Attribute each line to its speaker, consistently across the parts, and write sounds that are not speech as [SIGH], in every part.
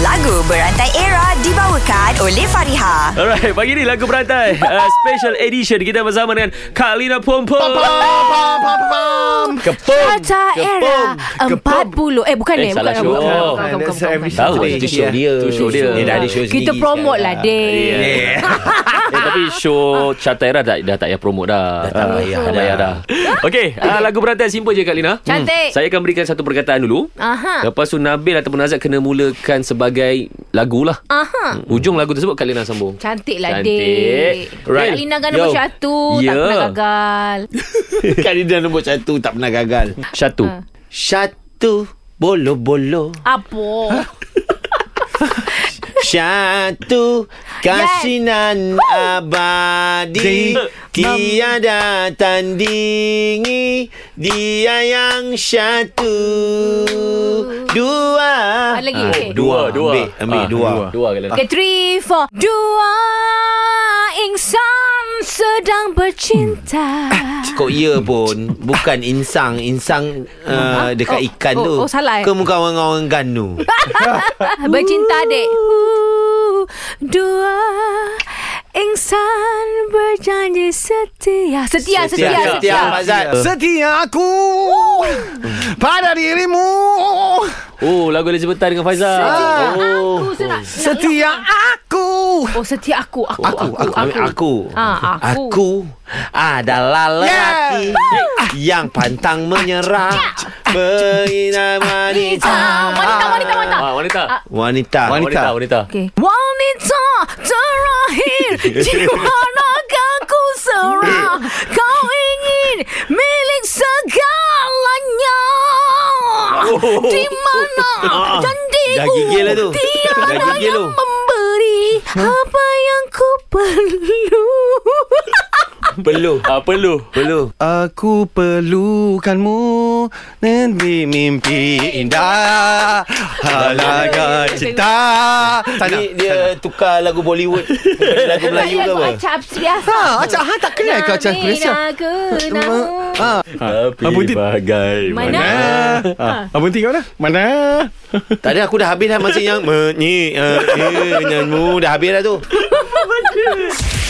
Speaker 1: Lagu Berantai Era dibawakan oleh Fariha.
Speaker 2: Alright, pagi ni lagu berantai uh, Special edition Kita bersama dengan Kak Lina Pom Pom Kepom
Speaker 3: Cuaca era
Speaker 2: Kepom.
Speaker 3: 40 Eh bukan
Speaker 2: Eh,
Speaker 3: eh,
Speaker 2: salah show.
Speaker 3: bukan, bukan, bukan,
Speaker 4: Bukan,
Speaker 3: bukan,
Speaker 4: that's
Speaker 3: bukan,
Speaker 4: every
Speaker 3: bukan.
Speaker 4: Saturday.
Speaker 5: Tahu eh, itu show dia.
Speaker 2: Itu show dia.
Speaker 5: Dia dah ada show sendiri.
Speaker 3: Kita promote lah Dek
Speaker 2: Yeah. eh, tapi show Chatera dah, dah tak payah promote dah
Speaker 5: Dah tak
Speaker 2: Ah,
Speaker 5: payah
Speaker 2: Dah
Speaker 5: dah.
Speaker 2: payah dah Okay, uh, lagu berantai simple je Kak Lina
Speaker 3: Cantik. Ah.
Speaker 2: Saya akan berikan satu perkataan dulu
Speaker 3: Aha.
Speaker 2: Lepas tu Nabil ataupun Azad Kena mulakan sebagai lagu lah
Speaker 3: Aha
Speaker 2: Ujung lagu tersebut Kak Lina sambung
Speaker 3: Cantik lah
Speaker 2: Cantik.
Speaker 3: Dek
Speaker 2: Right.
Speaker 3: Kak Lina kan
Speaker 2: Yo.
Speaker 3: nombor satu
Speaker 2: Ya.
Speaker 3: Tak pernah gagal
Speaker 5: Kali Kan dia nombor satu tak pernah gagal.
Speaker 2: Satu
Speaker 3: Ah.
Speaker 5: Satu bolo-bolo.
Speaker 3: Apa
Speaker 5: Satu kasinan abadi Tiada tandingi Dia yang satu Dua
Speaker 3: Ada lagi
Speaker 5: Ah,
Speaker 3: Dek?
Speaker 5: Dua, dua Ambil, ambil
Speaker 2: Ah,
Speaker 5: dua.
Speaker 2: Dua Kak Lina
Speaker 3: Okay three four Dua Insan sedang bercinta
Speaker 2: [CLEARS THROAT]
Speaker 5: Kok ya pun Bukan insang Insang uh, Dekat
Speaker 3: Oh,
Speaker 5: ikan
Speaker 3: oh,
Speaker 5: tu
Speaker 3: oh, salah eh?
Speaker 5: Ke muka orang-orang
Speaker 3: [LAUGHS]
Speaker 5: Ganu
Speaker 3: Bercinta Dek Dua Insan berjanji setia Setia, setia, setia,
Speaker 5: Setia Pak Zat
Speaker 4: Setia aku pada dirimu.
Speaker 2: Oh lagu Elizabeth Tan dengan Faizal
Speaker 3: Setia
Speaker 2: Oh.
Speaker 3: aku senang-
Speaker 4: Setia aku.
Speaker 3: Oh setia aku Aku
Speaker 5: Aku aku aku aku.
Speaker 3: Ah, aku.
Speaker 5: aku adalah lelaki yang pantang menyerah beina wanita
Speaker 3: Ah, wanita, wanita, wanita.
Speaker 2: Ah, wanita.
Speaker 5: wanita
Speaker 2: Ah, Wanita, wanita.
Speaker 3: Okay. Wanita
Speaker 5: [LAUGHS]
Speaker 3: terakhir Di mana aku serah Kau ingin milik segalanya Di mana
Speaker 5: Oh. [LAUGHS] Ah. Dah
Speaker 3: janjiku
Speaker 5: gigil lah tu. Dah
Speaker 3: Tiada
Speaker 5: gigil
Speaker 3: yang
Speaker 5: tu.
Speaker 3: memberi Apa yang ku perlu
Speaker 5: perlu
Speaker 2: Ah, perlu.
Speaker 5: perlu
Speaker 4: Aku perlukanmu Nanti mimpi indah Halaga cinta
Speaker 5: Tadi dia tukar lagu Bollywood lagu Melayu ke apa Ah,
Speaker 3: acap siasa
Speaker 4: Ha, acak ha tak kenal ke acak Malaysia? Ha,
Speaker 2: Tapi
Speaker 4: Abang Tin.
Speaker 2: bagaimana?
Speaker 3: Mana?
Speaker 4: ha. Abang tinggal mana? Mana?
Speaker 5: Tadi aku dah habis dah masa yang menyi nyanyimu dah habis dah tu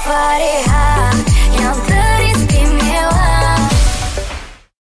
Speaker 6: fareha, yang ter